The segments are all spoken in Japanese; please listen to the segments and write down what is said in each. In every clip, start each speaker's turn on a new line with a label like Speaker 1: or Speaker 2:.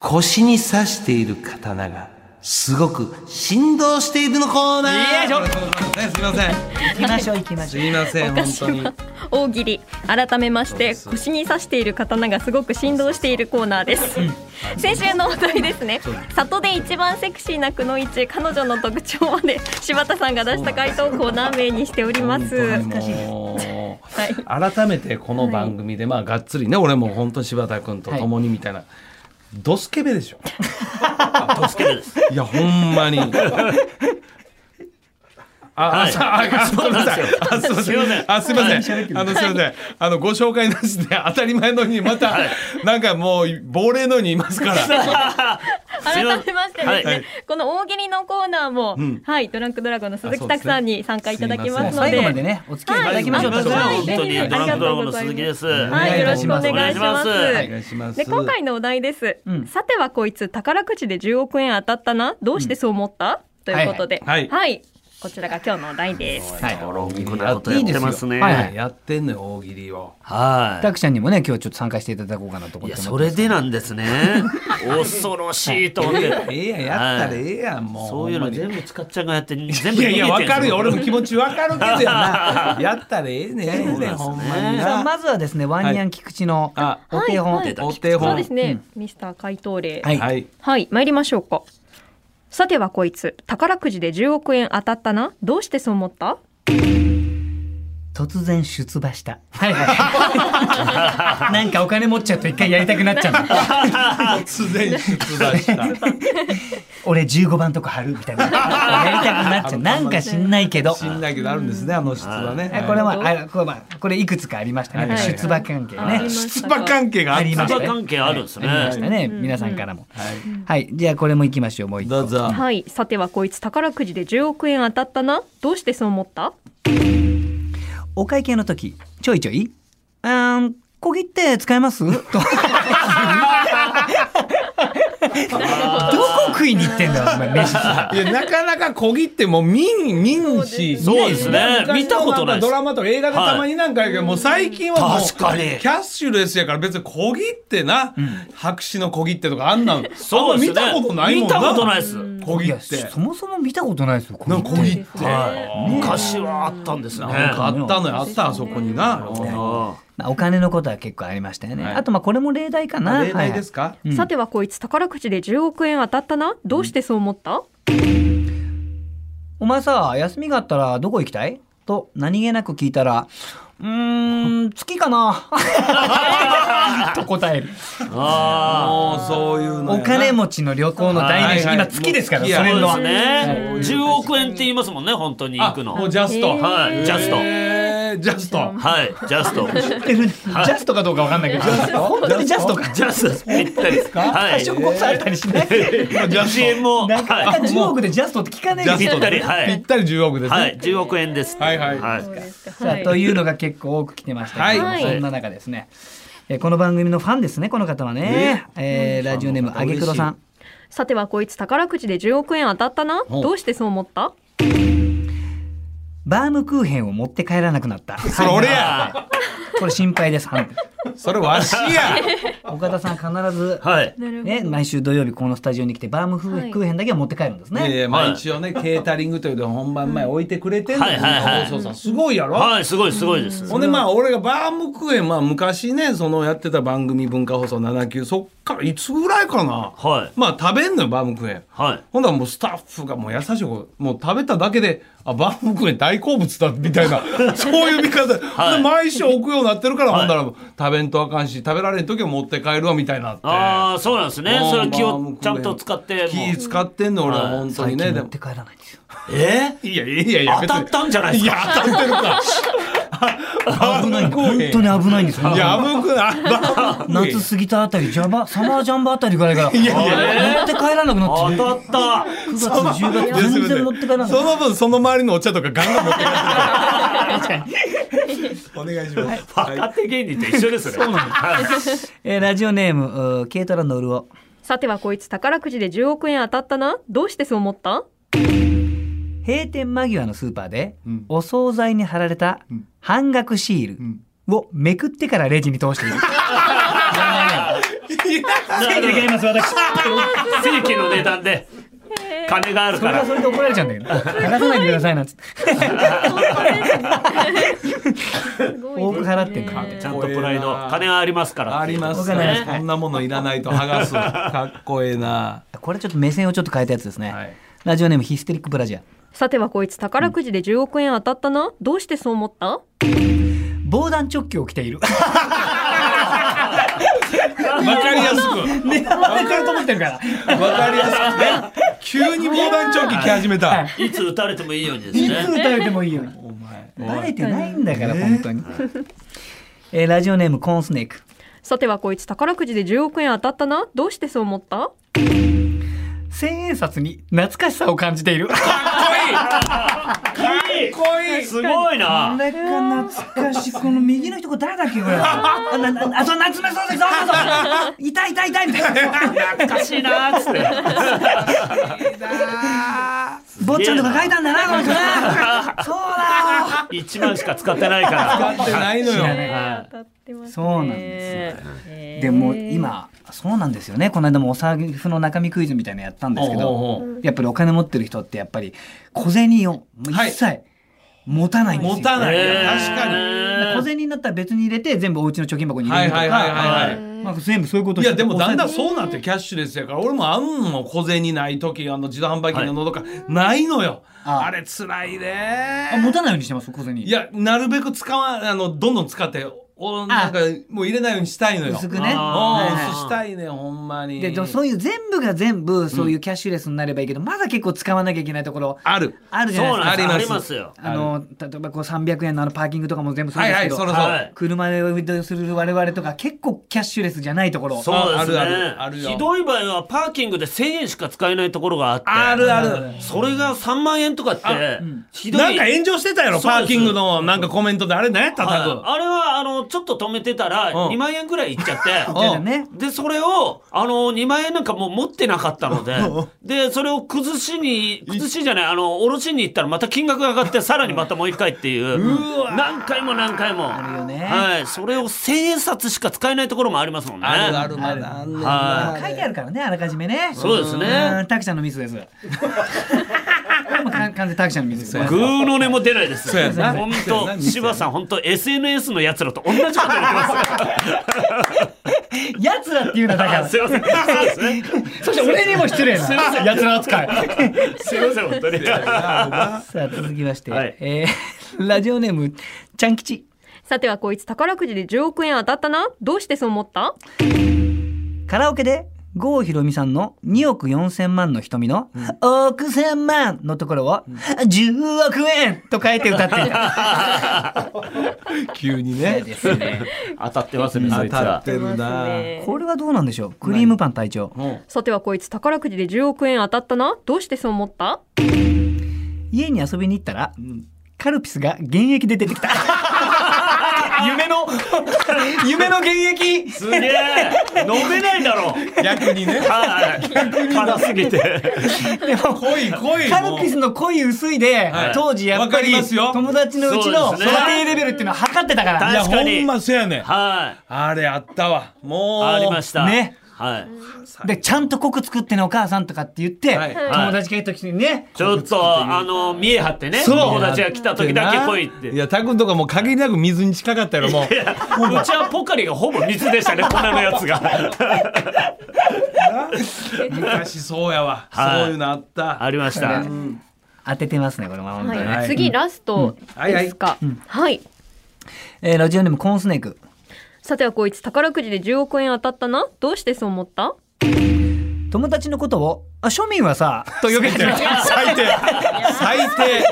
Speaker 1: 腰に刺している刀が、すごく振動しているのコーナー
Speaker 2: よいしょ
Speaker 1: ということですねすいません。
Speaker 2: 行きましょう行きますしょ
Speaker 1: いません、本
Speaker 3: 私
Speaker 1: 当に
Speaker 3: は。大喜利改めまして腰に刺している刀がすごく振動しているコーナーです、先週のお題ですね里で一番セクシーなくのいち彼女の特徴まで柴田さんが出した回答をコーナー名にしております
Speaker 1: 本当にもう
Speaker 3: はい
Speaker 1: 改めてこの番組で、まあがっつりね俺も本当に柴田君と共にみたいな、ドスケベでしょドスケベですいやほんまにあ、
Speaker 4: はい
Speaker 1: ああそうなんですよ。あ、すみませ
Speaker 4: すいま
Speaker 1: ん。
Speaker 4: せ
Speaker 1: あ、
Speaker 4: ん
Speaker 1: すみません。あの、すみません。あの、ご紹介なしで、当たり前のように、また、なんかもう、亡霊のようにいますから。
Speaker 3: 改めましてですね、
Speaker 4: はい
Speaker 1: はい
Speaker 3: この大喜利のコーナーも、
Speaker 1: ん
Speaker 3: はいドランクドラゴンの鈴
Speaker 1: あそ
Speaker 3: 木
Speaker 1: うですね
Speaker 3: 拓さんに参加いただきますの
Speaker 1: すいません
Speaker 2: 最後
Speaker 3: で
Speaker 2: までねお付き合いいただきましょう
Speaker 3: はい
Speaker 4: 本
Speaker 3: はい
Speaker 4: 当に
Speaker 3: はい
Speaker 4: ドランクドラゴンの鈴木です。
Speaker 3: はい、よろしくお願
Speaker 4: お願
Speaker 3: い
Speaker 4: い
Speaker 3: し
Speaker 4: し
Speaker 3: ま。
Speaker 4: ますす
Speaker 1: お願いします
Speaker 3: で、今回のお題です。
Speaker 2: うん
Speaker 3: さてはこいつ宝くじで10億円当たったな。どうしてそう思った、ということで、
Speaker 1: はいはい
Speaker 3: こちらが今日のお題です。
Speaker 2: はい
Speaker 4: ロングなことやってますね。
Speaker 2: いいですよはいは
Speaker 4: はい
Speaker 1: やってんのよ、大喜利を。
Speaker 4: い。
Speaker 2: たくちゃんにもね今日ちょっと参加していただこうかなと思
Speaker 4: い
Speaker 2: って
Speaker 4: や
Speaker 2: ます
Speaker 4: それでなんですね。恐ろしいと思って。
Speaker 1: ええやん、やったらええやん、もう。
Speaker 4: そういう
Speaker 1: ほんま
Speaker 4: の
Speaker 1: に
Speaker 4: 全部使っちゃんがやって全
Speaker 1: い
Speaker 4: 部
Speaker 1: やいや、
Speaker 4: 逃
Speaker 1: わ
Speaker 4: げて
Speaker 1: か
Speaker 4: ん
Speaker 1: る
Speaker 4: で
Speaker 1: よ。
Speaker 4: すよ
Speaker 1: 俺も気持ちわかるけどやな。やったらええねん。ええねん、ほんまに
Speaker 2: さあ
Speaker 1: な。
Speaker 2: まずはですねワンニャン菊池の
Speaker 1: あ
Speaker 2: お手本、
Speaker 3: はいはい
Speaker 1: お手
Speaker 3: そう
Speaker 1: 本。
Speaker 3: ですね、ミスター回答
Speaker 2: は
Speaker 3: 例。はい、
Speaker 2: い
Speaker 1: はい。
Speaker 3: 参りましょうか。さてはこいつ宝くじで10億円当たったな。どうしてそう思った？
Speaker 2: 突然出馬した。はいはい。なんかお金持っちゃうと一回やりたくなっちゃう。
Speaker 1: 突然出題した。
Speaker 2: 俺15番とか貼るみたいな。やりたくなっちゃう。なんか知んないけど。
Speaker 1: 死ん だけどあるんですね、あの質はね。
Speaker 2: えこれ
Speaker 1: は
Speaker 2: は、あこれはこれいくつかありましたね。
Speaker 1: はい
Speaker 2: 出馬関係
Speaker 4: はい
Speaker 2: ね。
Speaker 1: 出馬関係があ
Speaker 2: あ
Speaker 1: っ
Speaker 2: り
Speaker 1: た
Speaker 2: ましたね。
Speaker 4: 出馬関係あるんですね
Speaker 2: はいありましたね。皆さんからも。
Speaker 1: はい。
Speaker 2: はい。じゃあこれも行きましょう。もう一個
Speaker 1: どうぞ。
Speaker 3: はい、さてはこいつ宝くじで10億円当たったな。どうしてそう思った？
Speaker 2: お会計の時、ちょいちょい。うーん、小切って使 えますと。どこ食いに行ってんだよ、お前、飯。
Speaker 1: いや、なかなか小切ってもう見ん、見んし。
Speaker 4: そうですね
Speaker 1: 昔の
Speaker 4: 見たことないです
Speaker 1: ドラマとか映画でたまになんかあるけど、もう最近はもう
Speaker 4: 確かに
Speaker 1: キャッシュレスやから別に小切ってな、白紙の小切ってとかあんなん、
Speaker 4: そうですね。
Speaker 1: あんま見たことないもんな。
Speaker 4: 見たことないです。
Speaker 1: 小
Speaker 2: い
Speaker 1: 切
Speaker 2: や、
Speaker 1: って。
Speaker 2: そもそも見たことないですよ、
Speaker 1: な
Speaker 2: 小
Speaker 1: ん
Speaker 2: 切
Speaker 1: か小切っ
Speaker 2: 手
Speaker 1: て。
Speaker 4: はい昔はあったんですね。
Speaker 1: なんかあったのよ、あった、あそこにな。
Speaker 4: あ
Speaker 2: まあ、お金のことは結構ありましたよね。
Speaker 1: はい
Speaker 2: あと、まあ、これも例題かな。
Speaker 1: 例題ですか、
Speaker 2: うん
Speaker 3: さてはこいつ宝くじで10億円当たったなどうしてそう思った、
Speaker 2: お前さ、休みがあったらどこ行きたいと、何気なく聞いたら、うーん、月 かなと答える。
Speaker 4: あ
Speaker 1: もうそういうのや
Speaker 2: お
Speaker 1: な
Speaker 2: 金持ちの旅行の代名詞、
Speaker 1: はいはい
Speaker 2: 今月ですから、
Speaker 1: もう
Speaker 2: そ
Speaker 1: 月
Speaker 2: れ
Speaker 1: や
Speaker 4: ー。
Speaker 2: の
Speaker 4: そ
Speaker 2: は
Speaker 4: うで。
Speaker 1: はい
Speaker 4: すね。10億円って言いますもんね、本当に行
Speaker 1: あ
Speaker 4: くの。
Speaker 1: もうジャスト、
Speaker 4: はい、ジャスト。
Speaker 1: えージャスト
Speaker 4: はい、ジャスト。
Speaker 2: ジャストかどうかわかんないけど、本当にジャストか。
Speaker 4: ジャスト。ぴったりですかは
Speaker 2: 多
Speaker 4: い。
Speaker 2: 少こされたりしない。
Speaker 4: 1円も。
Speaker 2: なかなか
Speaker 4: はい。
Speaker 2: 10億でジャストって聞かないです
Speaker 4: ぴ
Speaker 2: よ
Speaker 4: ったり。は
Speaker 1: ぴ
Speaker 4: い
Speaker 1: っ。たり10億ですね、
Speaker 4: はい、10億円です。
Speaker 1: はいはい
Speaker 2: さあ
Speaker 3: はい
Speaker 2: というのが結構多く来てましたけど、
Speaker 3: はい
Speaker 2: そんな中ですね、えーこの番組のファンですねこの方はね、えーラジオネームあげくろさん
Speaker 3: さてはこいつ宝くじで10億円当たったな
Speaker 1: ほう
Speaker 3: どうしてそう思った
Speaker 2: バームクーヘンを持って帰らなくなった
Speaker 1: それ俺や
Speaker 2: はいこれ心 配ですファン
Speaker 1: それわしや
Speaker 2: 岡田さん必ず、
Speaker 4: はい。
Speaker 2: ね、毎週土曜日このスタジオに来てバームク
Speaker 3: はい
Speaker 2: ーヘンだけは持って帰るんです
Speaker 1: いやい
Speaker 2: ね、
Speaker 1: やまあ一応ねケータリングというで本番前置いてくれてんの
Speaker 4: はいはいはい
Speaker 1: 放送さんすごいやろ、
Speaker 4: はい、すごい、すごいです。
Speaker 1: ほんでまあ俺がバームクーヘンまあ昔ねそのやってた番組文化放送79そっからいつぐらいかな、
Speaker 4: はい
Speaker 1: まあ食べんのよバームクーヘン
Speaker 4: はい。
Speaker 1: ほんならもうスタッフがもう優しい子もう食べただけで、あ、バームクーヘン大好物だみたい な、そういう見方、
Speaker 4: い
Speaker 1: で毎週置くようになってるから、
Speaker 4: はい
Speaker 1: ほんなら食べんとあかんし、食べられん時は持って帰るわみたいになって。
Speaker 4: ああ、そうなんですね。
Speaker 1: もう
Speaker 4: それ気
Speaker 1: バーム
Speaker 4: を
Speaker 1: クーヘン
Speaker 4: ちゃんと使って。も
Speaker 1: 気
Speaker 4: う
Speaker 1: 使ってんの俺は
Speaker 4: はい
Speaker 1: 本当に
Speaker 2: 最
Speaker 1: ね。
Speaker 2: 近
Speaker 1: で
Speaker 2: 持っ
Speaker 1: も
Speaker 2: て帰らないんですよ
Speaker 4: え
Speaker 1: いやいやいや、
Speaker 4: 当たったんじゃないで
Speaker 1: 別にいや
Speaker 4: すか。、
Speaker 1: 当たってるか。
Speaker 2: 危ない
Speaker 1: バームクーヘ
Speaker 2: 本
Speaker 1: ン
Speaker 2: 当に危ないんですよ
Speaker 1: いや、危くない。バームクーヘン
Speaker 2: 夏過ぎたあたりジャバサマージャンボあたりぐらいから持って帰らなくなって
Speaker 4: 当たった。
Speaker 2: 9月10
Speaker 1: いや
Speaker 2: 月
Speaker 1: すいませ
Speaker 2: 全
Speaker 1: ん
Speaker 2: 然持って帰らない
Speaker 1: その分その周りのお茶とかガンガン持って帰って るからお願いします
Speaker 4: 若手芸人と一緒ですね。そうなんです。
Speaker 2: えーラジオネームうー軽トラ乗るお
Speaker 3: さてはこいつ宝くじで10億円当たったなどうしてそう 思った
Speaker 2: 閉店間際のスーパーで、お惣菜に貼られた半額シールをめくってからレジに通している、
Speaker 1: い
Speaker 2: 正義で違います私
Speaker 4: 正規の値段で金がある
Speaker 2: そ
Speaker 4: か
Speaker 2: れ
Speaker 4: ら
Speaker 2: はそれで怒られちゃうんだけど払さないでくださいなんつって
Speaker 3: すごい
Speaker 2: 多く払ってんの
Speaker 3: ね
Speaker 4: ちゃんとプライド金がありますから
Speaker 1: あります
Speaker 2: わかんない
Speaker 1: ね
Speaker 2: です
Speaker 1: こんなものいらないと剥がすかっこええな
Speaker 2: これちょっと目線をちょっと変えたやつですね、
Speaker 1: はい
Speaker 2: ラジオネームヒステリックブラジア
Speaker 3: さてはこいつ宝くじで10億円当たったなどうしてそう思った
Speaker 2: 防弾チョッキを着ている
Speaker 1: わかりやすく
Speaker 2: 狙われてると思ってるから
Speaker 1: わかりやすくね急に防弾チョッキ着始めた
Speaker 4: いつ打たれてもいいようにです
Speaker 2: いつ
Speaker 4: ね
Speaker 2: 打たれてもいいように
Speaker 1: お前
Speaker 2: バレてないんだから本当に、えーラジオネームコーンスネーク
Speaker 3: さてはこいつ宝くじで10億円当たったなどうしてそう思った
Speaker 2: 千円札に懐かしさを感じている
Speaker 1: かっこいい
Speaker 4: すごい
Speaker 2: な
Speaker 4: な
Speaker 2: んか懐かしいこの右の人これ誰だっけこ れあななあそう夏目漱石そう そうそういたいたいたみたいな
Speaker 4: おかしいなーっつって
Speaker 2: 坊ちゃんとか書いたんだなこの人な そうだ
Speaker 4: 1万しか使ってないから
Speaker 1: 使ってないのよ
Speaker 2: ね
Speaker 4: はい
Speaker 3: 当たってますね
Speaker 2: そうなんです
Speaker 3: えー
Speaker 2: でも今そうなんですよねこの間もお財布の中身クイズみたいなのやったんですけ
Speaker 1: おうお
Speaker 2: ど
Speaker 1: う
Speaker 2: やっぱりお金持ってる人ってやっぱり小銭を
Speaker 1: はい
Speaker 2: 一切持たないんですよ、
Speaker 1: 持たない
Speaker 4: えー
Speaker 1: 確か
Speaker 2: 小銭になったら別に入れて全部お家の貯金箱に入れるとか、
Speaker 1: はいはいはい
Speaker 4: はいはい
Speaker 2: まあ、全部そういうこと
Speaker 1: にいやでもだんだん
Speaker 2: う
Speaker 1: そうなってキャッシュレスやから俺もあんの小銭ない時あの自動販売機ののどかないのよ
Speaker 2: ああ
Speaker 1: あれつらい
Speaker 2: あ持
Speaker 1: ね
Speaker 2: たないようにしてます小銭
Speaker 1: いやなるべく使わあのどんどん使っておなんかもう入れないようにしたいのよ
Speaker 2: 薄くね
Speaker 1: うん
Speaker 4: あー
Speaker 2: はいは
Speaker 1: したいねほんま
Speaker 2: い
Speaker 1: に
Speaker 2: ででもそういう全部が全部そういうキャッシュレスになればいいけど、まだ結構使わなきゃいけないところ
Speaker 1: ある
Speaker 2: あるじゃ
Speaker 4: そう
Speaker 2: な
Speaker 4: ないん
Speaker 2: ですか
Speaker 4: ですあ
Speaker 1: あ
Speaker 4: り
Speaker 1: り
Speaker 4: ま
Speaker 1: ますす
Speaker 4: よ
Speaker 2: あの例えばこう300円のあのパーキングとかも全部そう
Speaker 1: は
Speaker 2: で
Speaker 1: い
Speaker 2: す
Speaker 1: は
Speaker 2: け
Speaker 1: い
Speaker 2: ど、
Speaker 1: そろそろ
Speaker 4: はい
Speaker 2: 車で運動する我々とか結構キャッシュレスじゃないところ
Speaker 4: そうですね
Speaker 1: ああるあるあるよ
Speaker 4: ひどい場合はパーキングで1000円しか使えないところがあって
Speaker 1: あるある
Speaker 4: それが3万円とかってひどい
Speaker 1: なんか炎上してたやろ
Speaker 4: そうです
Speaker 1: パーキングのなんかコメントであれ何やった
Speaker 4: はい
Speaker 1: タグ
Speaker 4: あれはあのちょっと止めてたら
Speaker 1: うん
Speaker 4: 2万円ぐらいいっちゃって
Speaker 2: みたいなね
Speaker 4: でそれをあの2万円なんかもう持ってなかったのででそれを崩しに崩しじゃないあの下ろしに行ったらまた金額が上がってさらにまたもう一回っていう何回も何回も
Speaker 2: あるよね
Speaker 4: はい、それを千円札しか使えないところもありますもんね
Speaker 1: あるあるまだあんねんな
Speaker 4: は
Speaker 2: 書いてあるからねあらかじめね
Speaker 4: そうですね
Speaker 2: うんタクちゃんのミスですこれも完全にタクちゃんのミスです
Speaker 1: そうや
Speaker 4: グーの音も出ないです
Speaker 1: そうやな
Speaker 4: 本
Speaker 1: そうや
Speaker 4: 当
Speaker 1: な
Speaker 4: 柴さん本当 SNS のやつらと同じこと言ってます
Speaker 2: やつらっていうのはだから
Speaker 4: すいませんそうですね
Speaker 2: そして俺にも失礼なやつら扱い
Speaker 4: すいません本当 に
Speaker 2: さあ続きまして、
Speaker 4: はい
Speaker 2: えーラジオネームちゃん吉
Speaker 3: さてはこいつ宝くじで10億円当たったなどうしてそう思った
Speaker 2: カラオケで郷ひろみさんの2億4千万の瞳の「億千万」のところを「10億円」と書いて歌っていた。
Speaker 1: 急にね
Speaker 2: ですね
Speaker 4: 当たってますねそ
Speaker 1: 当
Speaker 4: いつ
Speaker 1: たっ
Speaker 4: は
Speaker 1: てるな
Speaker 2: これはどうなんでしょうクリームパン隊長
Speaker 1: うん
Speaker 3: さてはこいつ宝くじで10億円当たったなどうしてそう思った
Speaker 2: 家に遊びに行ったらカルピスが現役で出 てきた夢の夢の現役
Speaker 4: すげえ飲めないだろう
Speaker 1: 逆に ね
Speaker 4: はい辛すぎて
Speaker 2: でも
Speaker 1: 濃い濃い
Speaker 2: カルピスの濃い薄いで、
Speaker 1: はい
Speaker 2: 当時やっぱ
Speaker 1: わ
Speaker 2: り
Speaker 1: かりますよ
Speaker 2: 友達のうちの
Speaker 4: そう
Speaker 2: 家
Speaker 4: ですね
Speaker 2: 庭レベルっていうのは測ってたから、
Speaker 1: い
Speaker 4: はい
Speaker 1: や
Speaker 4: 確かに
Speaker 1: ほんまそうやねん
Speaker 4: はい
Speaker 1: あれあったわもう
Speaker 4: ありました
Speaker 2: ね
Speaker 4: はい
Speaker 2: でちゃんと濃く作ってねお母さんとかって言って、
Speaker 1: はい
Speaker 2: 友達がいた時にね、
Speaker 4: ちょっとあの見え張ってね
Speaker 1: そう
Speaker 4: 友達が来た時だけ来いって
Speaker 1: いやタ君とかもう限りなく水に近かったやろもう
Speaker 4: うちはポカリがほぼ水でしたね粉のや つが
Speaker 1: 昔そうやわ
Speaker 4: はい
Speaker 1: そういうのあった
Speaker 4: ありました
Speaker 2: 当ててますねこれは本当に、
Speaker 1: は
Speaker 3: はいい、次ラスト
Speaker 1: はいはい
Speaker 3: ですかはい
Speaker 2: えーラジオネームコーンスネーク
Speaker 3: さてはこいつ宝くじで10億円当たったなどうしてそう思った
Speaker 2: 友達のことをあ庶民はさと呼び始めて
Speaker 1: 最低最低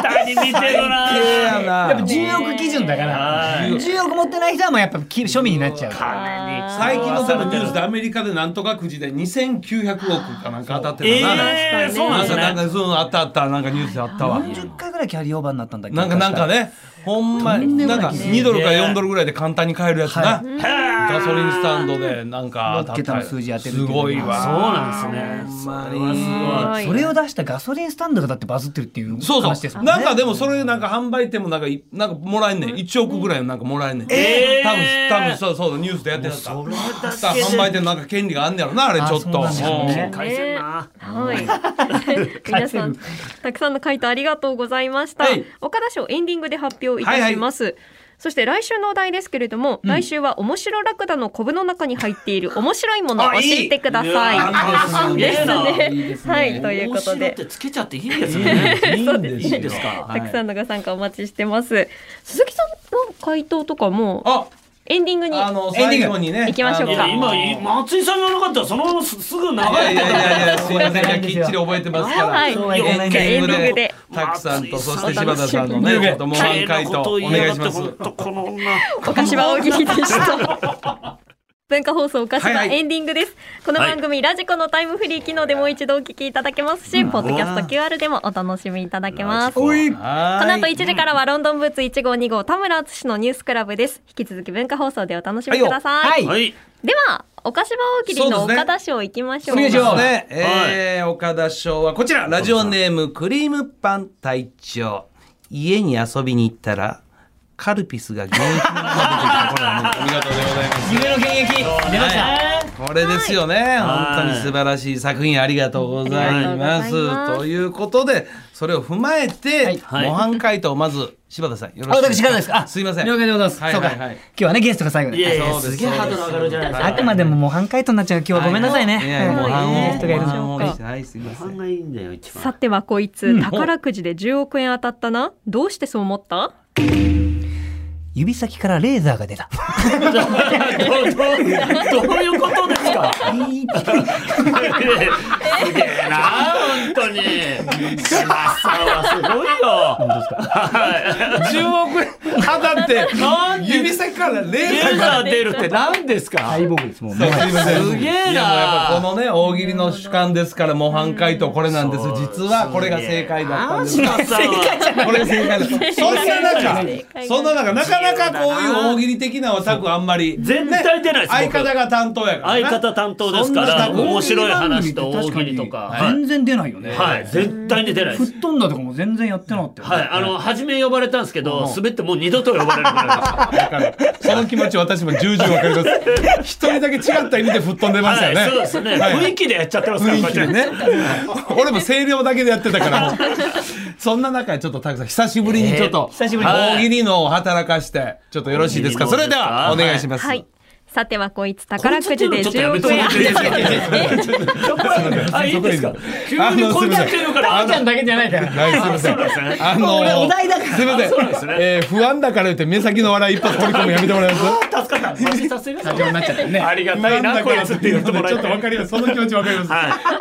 Speaker 4: 下に見てるな
Speaker 1: ええや
Speaker 2: やっぱ
Speaker 1: な
Speaker 2: 10億基準だから
Speaker 4: はい
Speaker 2: 10億持ってない人はもうやっぱき庶民になっちゃうから
Speaker 4: 金に
Speaker 1: 最近の多分ニュースでアメリカでなんとかくじで2900億かなんか当たってたな、
Speaker 4: えー、そうな
Speaker 1: な
Speaker 4: んで
Speaker 1: ん
Speaker 4: す
Speaker 1: か
Speaker 4: ね
Speaker 1: なんかそういうのあったあったなんかニュースであったわ
Speaker 2: 40回ぐらいキャリーオーバーになったんだっけ
Speaker 1: なんかなんかねほんまになんか2ドルか4ドルぐらいで簡単に買えるやつな、
Speaker 2: は
Speaker 4: へ
Speaker 1: ガソリンスタンドでなんか
Speaker 2: 六桁の数字当てるってい
Speaker 1: す
Speaker 2: うのが
Speaker 1: ごいわ
Speaker 4: そうなんですね
Speaker 1: ほんまに
Speaker 4: それは
Speaker 3: はい
Speaker 2: それを出したガソリンスタンドがだってバズってるっていう
Speaker 1: そう
Speaker 2: 話
Speaker 1: そ
Speaker 2: で
Speaker 1: う
Speaker 2: すもんね。
Speaker 1: なんかでもそれなんか販売店もなんかいなんかもらえんねん1億ぐらいなんかもらえんねん
Speaker 4: えー
Speaker 1: 多分多分そうそうだニュースでやってなかった
Speaker 4: すごいそれだ
Speaker 1: さあ販売店なんか権利があんねやろなあれ
Speaker 2: あ
Speaker 1: ちょっと
Speaker 2: そうなんですよね
Speaker 1: うん
Speaker 4: 返せんな
Speaker 3: はい。皆さん、たくさんの回答ありがとうございました
Speaker 1: はい。
Speaker 3: 岡田賞エンディングで発表いたします。そして来週のお題ですけれども、来週は面白ラクダのコブの中に入っている面白いものを教
Speaker 4: あいい
Speaker 3: えてください。
Speaker 4: い
Speaker 3: で
Speaker 4: やいいです
Speaker 3: す
Speaker 4: ね
Speaker 3: ね
Speaker 2: いいですね
Speaker 3: はい、ということ
Speaker 4: 面白っ
Speaker 3: で。
Speaker 4: てつけちゃっていいんですね
Speaker 1: いいんです
Speaker 4: いいんですか
Speaker 1: は
Speaker 3: たくさんのご参加お待ちしてます。鈴木さんの回答とかも
Speaker 1: あ
Speaker 3: エンディングに
Speaker 1: あの
Speaker 2: エンディング
Speaker 1: 最後にね
Speaker 3: 行きましょうか
Speaker 4: い
Speaker 1: あ
Speaker 4: や
Speaker 1: の
Speaker 4: 今い松井さんがなかったらそのまますすぐ流れ
Speaker 1: いやい
Speaker 4: てた
Speaker 1: やいやすいませんいやきっちり覚えてますから、
Speaker 3: はい
Speaker 2: そうは言えないんだ
Speaker 1: エ
Speaker 2: エ
Speaker 1: ン
Speaker 2: ン
Speaker 1: ディン
Speaker 2: ディン
Speaker 1: グ
Speaker 3: グ
Speaker 1: で
Speaker 3: で
Speaker 1: タクさんとそして
Speaker 4: 松井さん
Speaker 1: 柴田さんのね子供満開とお願いします
Speaker 4: 綺麗なこと言いやがってほんとこの女
Speaker 3: 岡島大喜利でした。 文化放送岡島
Speaker 1: はいはい
Speaker 3: エンディングです。この番組、ラジコのタイムフリー機能でもう一度お聞きいただけますし、ポッドキャスト QR でもお楽しみいただけます。こ
Speaker 1: おい
Speaker 3: の後
Speaker 1: は
Speaker 3: 1時からはロンドンブーツ1号2号田村敦のニュースクラブです。引き続き文化放送でお楽しみください。
Speaker 2: はいよ
Speaker 4: はい
Speaker 3: では、岡島大喜利の岡田賞行きましょう。
Speaker 2: そうですねお願いします
Speaker 1: ね、えー岡田賞はこちらラジオネームクリームパン隊長家に遊びに行ったらカルピスが現役になってきたこれはもうお見事でございます
Speaker 2: 夢の現役出ました。
Speaker 1: これですよね、
Speaker 4: はい
Speaker 1: 本当に素晴らしい作品ありがとうございま
Speaker 3: ありが
Speaker 1: す。
Speaker 3: とうございます
Speaker 1: ということでそれを踏まえて、
Speaker 4: はい
Speaker 1: 模範解答をまず柴田さんよろ
Speaker 2: あ、
Speaker 1: しい
Speaker 2: 私からですか。あ
Speaker 1: すいません。
Speaker 2: 了解でございます。
Speaker 1: はい
Speaker 2: そうか。
Speaker 1: はいはい
Speaker 2: 今日はねゲストが最後
Speaker 4: いやい
Speaker 2: で。
Speaker 4: や
Speaker 1: そうです
Speaker 4: すげえハードル上がるじゃないですか
Speaker 2: あくまでも模範解答になっちゃう今日はごめんなさい
Speaker 1: いやい
Speaker 2: ね。
Speaker 1: や模範を
Speaker 2: ゲストがいる
Speaker 1: 模
Speaker 2: の
Speaker 1: 範を
Speaker 3: そう
Speaker 1: してはいすいませ
Speaker 4: 不安
Speaker 1: ん。
Speaker 4: がいいんだよ一
Speaker 3: さ
Speaker 4: 番
Speaker 3: てはこいつ、
Speaker 2: ん
Speaker 3: 宝くじで10億円当たったな。どうしてそう思った
Speaker 2: 指先からレーザーが出た。
Speaker 4: どうどうどういうことですかすげえな本当に柴田さんはすごいよ
Speaker 1: 10億円当たって
Speaker 4: なんで
Speaker 1: 指先からレーザ
Speaker 4: レ
Speaker 1: ー
Speaker 4: ー
Speaker 1: が。
Speaker 4: ザー出るって何ですか
Speaker 2: ボーですもん
Speaker 1: そうすいません
Speaker 4: すげえない
Speaker 1: やもうやっぱこのね大喜利の主観ですから模範解答これなんです
Speaker 4: そう
Speaker 1: 実はこれが正解だったんです
Speaker 4: 柴田さんは
Speaker 1: これ正解だそんな中
Speaker 3: 正解
Speaker 1: そんな中なかなかこういう大喜利的なタクあんまり
Speaker 4: 絶対出ないです
Speaker 1: 相
Speaker 4: 僕
Speaker 1: 方が担当やから
Speaker 4: 相
Speaker 1: な
Speaker 4: 方担当ですか
Speaker 1: そんな
Speaker 4: ら
Speaker 1: タク
Speaker 4: 面白い話と大喜利とかはい
Speaker 2: 全然出ないよね。
Speaker 4: はい絶対に出ないです
Speaker 2: 吹っ飛んだとかも全然やってなかったよね。
Speaker 4: はいあの初め呼ばれたんですけど滑ってもう二度と呼ばれなくなりました
Speaker 1: わかるその気持ち私も重々わかります一人だけ違った意味で吹っ飛んでましたよね、
Speaker 4: はい、そうですね、
Speaker 1: はい
Speaker 4: 雰囲気でやっちゃってますから
Speaker 1: 雰囲気で
Speaker 4: こうやっ
Speaker 1: ね俺も声量だけでやってたからもうそんな中ちょっとたくさん久しぶりにちょっと、
Speaker 2: えー久しぶりに
Speaker 1: 大喜利のを働かしてちょっとよろしいですか
Speaker 4: 大
Speaker 1: そ
Speaker 4: 喜利
Speaker 1: れ
Speaker 4: のです
Speaker 1: で
Speaker 4: か
Speaker 1: はお願いします、
Speaker 3: はい。さてはこいつ宝くじで
Speaker 4: こいつっていう
Speaker 3: 10
Speaker 4: の
Speaker 3: 億
Speaker 4: ちょっと
Speaker 3: 円
Speaker 4: や
Speaker 3: 当
Speaker 4: めて
Speaker 3: た
Speaker 4: も
Speaker 3: っ
Speaker 4: らっ
Speaker 3: た
Speaker 4: ていいですかあいいですか急にこんなっていうから
Speaker 2: あーちゃんだけじゃないから。
Speaker 1: はい、すみません。あの
Speaker 2: 俺お題だから
Speaker 1: すみません。
Speaker 4: そうなんですね
Speaker 1: えー不安だから言って目先の笑い一発取り込むのやめてもらえます。
Speaker 4: 助かったマジさすが
Speaker 2: スタジオになっちゃったね。
Speaker 4: ありがたいなこいつって言ってもらえ
Speaker 1: ちょっとわかります。その気持ちわかります。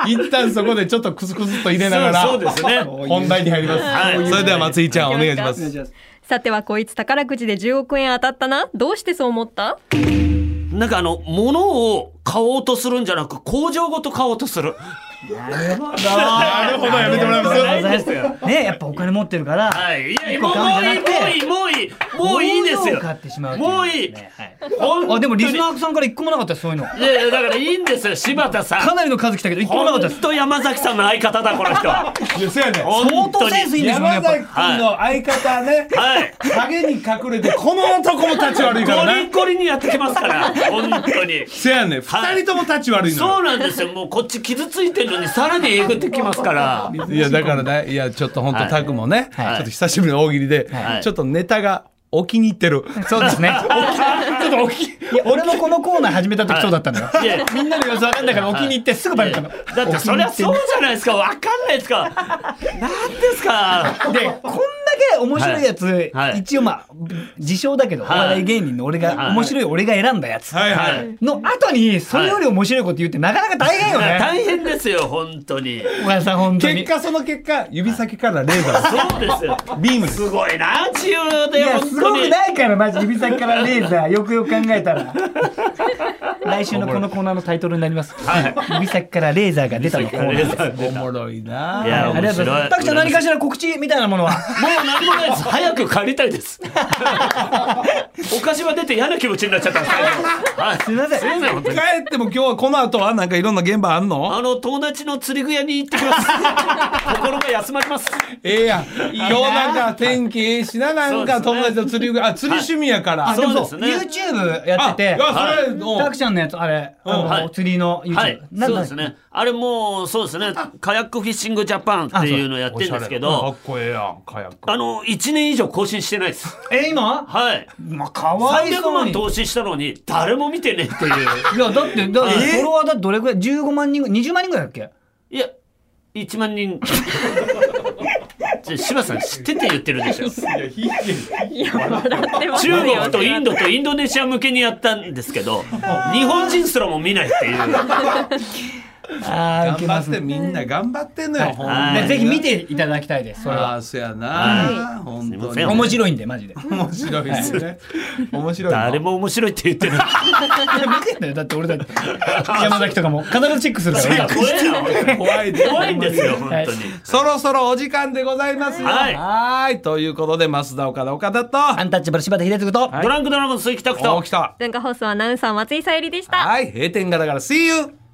Speaker 1: 一旦そこでちょっとクスクスっと入れながら、
Speaker 4: そうそうですね
Speaker 1: 本題に入ります。
Speaker 4: はい
Speaker 1: それでは松井ちゃんお願いしま
Speaker 2: お願いし
Speaker 1: す。
Speaker 2: ます
Speaker 3: さてはこいつ宝くじで10億円当たったな。どうしてそう思った
Speaker 4: なんかあの物を買おうとするんじゃなく工場ごと買おうとする
Speaker 1: なるほどやめてもらいます
Speaker 2: ありがとうござい
Speaker 4: よ
Speaker 2: ますね、やっぱお金持ってるから。
Speaker 4: はいいや
Speaker 2: 一
Speaker 4: も
Speaker 2: 個買うんじゃなくて
Speaker 4: ういいもういいもういいもういいです
Speaker 2: 物
Speaker 4: よ
Speaker 2: を買ってしまう。
Speaker 4: もういい
Speaker 2: ねはい
Speaker 4: 本当に
Speaker 2: あ、でもリスナーさんから一個もなかったですそういうの。
Speaker 4: いやいやだからいいんですよ柴田さん
Speaker 2: かなりの数来たけど、一個もなかったです。
Speaker 4: 本当山崎さんの相方だこの人はい
Speaker 1: や、そうやね。
Speaker 2: 相当センスいいんですもんね、や
Speaker 1: 山
Speaker 2: っ
Speaker 1: 崎
Speaker 2: ぱ。
Speaker 1: 君の相方ね、
Speaker 4: はい
Speaker 1: 影に隠れてこの男も立ち悪いか
Speaker 4: ゴ
Speaker 1: ら
Speaker 4: リ
Speaker 1: ね。
Speaker 4: ゴリにやってきますから本当に
Speaker 1: そうやね。二人とも立ち悪いのよ
Speaker 4: そ。うなんですよもうこっち傷ついてるのにさらにえぐってきま すから
Speaker 1: いやだからね、いやちょっと本当
Speaker 4: はい
Speaker 1: タクもね、ちょ
Speaker 4: はい
Speaker 1: っと久しぶりの大喜利で
Speaker 4: は、い
Speaker 1: ちょっとネタがお気に入ってる。
Speaker 2: そうですね。
Speaker 1: ちょっとお気
Speaker 2: いや俺もこのコーナー始めた時そうだったのよ。
Speaker 4: いや
Speaker 2: みんなの様子わかんないからお気に入ってすぐバレたの。
Speaker 4: だってそりゃそうじゃないですかわかんないですかなんですか
Speaker 2: で、こんだけ面白いやつ、
Speaker 4: はい
Speaker 2: 一応まあ、自称だけど、お
Speaker 4: はい
Speaker 2: 笑い芸人の俺が、
Speaker 4: はい
Speaker 2: 面白い俺が選んだやつ。
Speaker 1: はいは
Speaker 4: はいい。
Speaker 2: の後に、それより面白いこと言うってなかなか大変よね。
Speaker 4: 大変ですよ本当に
Speaker 2: おやさん、本当
Speaker 1: 結
Speaker 2: に。
Speaker 1: 果その結果指先からレーザー
Speaker 4: そうですよ
Speaker 1: ビームです
Speaker 4: すごいな自由
Speaker 2: い
Speaker 4: で
Speaker 2: や、
Speaker 4: 本
Speaker 2: すご
Speaker 4: 当
Speaker 2: く
Speaker 4: に
Speaker 2: ないから、マジ指先からレーザー、よくよく考えたら。 来週のこのコーナーのタイトルになります。
Speaker 4: はい
Speaker 2: 指先からレーザーが出たのコーナーです。
Speaker 1: おもろいない
Speaker 4: や
Speaker 2: ありがとうございま
Speaker 4: 面白
Speaker 2: す。
Speaker 4: い
Speaker 2: たくちゃん何かしら告知みたいな ものは。
Speaker 4: もう何もないです。早く帰りた いです。お菓子は出て嫌な気持ちになっちゃったんです。はい、す
Speaker 2: みません
Speaker 4: すみません、本当
Speaker 1: 帰
Speaker 4: に。
Speaker 1: っても今日はこの後はなんかいろんな現場あんの
Speaker 4: あの友達の釣り具屋に行ってき ます。心が休まります。
Speaker 1: ええやん今日なんか天気ええしななんか
Speaker 4: そうで
Speaker 1: 友
Speaker 4: す
Speaker 1: 達
Speaker 4: ね
Speaker 1: と釣り具あ釣り趣味やから、
Speaker 2: あ
Speaker 4: そう
Speaker 2: も
Speaker 4: ですね
Speaker 2: YouTube やってて。
Speaker 1: あいやそれ、うん
Speaker 2: たくちゃんのやつ、あれ、あの
Speaker 4: はい
Speaker 2: 釣りの YouTube。
Speaker 4: はい、
Speaker 2: なん
Speaker 4: そう
Speaker 2: だ
Speaker 4: ですね。あれもう、そうですね。カヤックフィッシングジャパンっていうのやってるんですけ
Speaker 1: かっ
Speaker 4: ど、
Speaker 1: こええやんカヤック
Speaker 4: あの、1年以上更新してないです。
Speaker 2: え、今
Speaker 4: はい。
Speaker 2: まあ、かわい
Speaker 4: 300
Speaker 2: そう
Speaker 4: 万
Speaker 2: に。
Speaker 4: 投資したのに、誰も見てねえっ ていう。
Speaker 2: いや、だって、だって、
Speaker 4: え
Speaker 2: フォロワーだってどれくらい ?15 万人ぐらい、20万人ぐらいだっけ
Speaker 4: いや、1万人。ちょ柴田さん知ってて言ってるでしょ。
Speaker 3: いや笑ってますよ
Speaker 4: 中国とインドとインドネシア向けにやったんですけ ど日本人すらも見ないっていう
Speaker 2: あ
Speaker 1: 頑張ってみんな頑張ってんのよ、ほんま
Speaker 4: はい
Speaker 1: に
Speaker 2: でぜひ見ていただきたいです。それ
Speaker 1: あ
Speaker 2: は。
Speaker 1: あそやな、
Speaker 4: は
Speaker 1: 本
Speaker 4: すいま
Speaker 1: 当
Speaker 4: せ
Speaker 1: に
Speaker 4: ん
Speaker 2: 面白いんで、マジで。
Speaker 1: 面白いですね面白いな
Speaker 4: 誰も面白いって言ってない
Speaker 2: 見てんだよ。だって俺だって、山崎とかも必ずチェックするから。俺
Speaker 4: 怖いな本当に
Speaker 1: 怖いで
Speaker 4: 怖いんですよ本当に
Speaker 1: そろそろお時間でございますよ
Speaker 4: はい
Speaker 1: はーいということで増田岡田岡田と
Speaker 2: アンタッチャブル柴田秀嗣と、
Speaker 4: ドランクドラゴン鈴木拓
Speaker 1: お
Speaker 4: と
Speaker 1: ー来た
Speaker 3: 文化放送アナウンサー松井さゆりでした
Speaker 1: はい閉店ガラガラ See you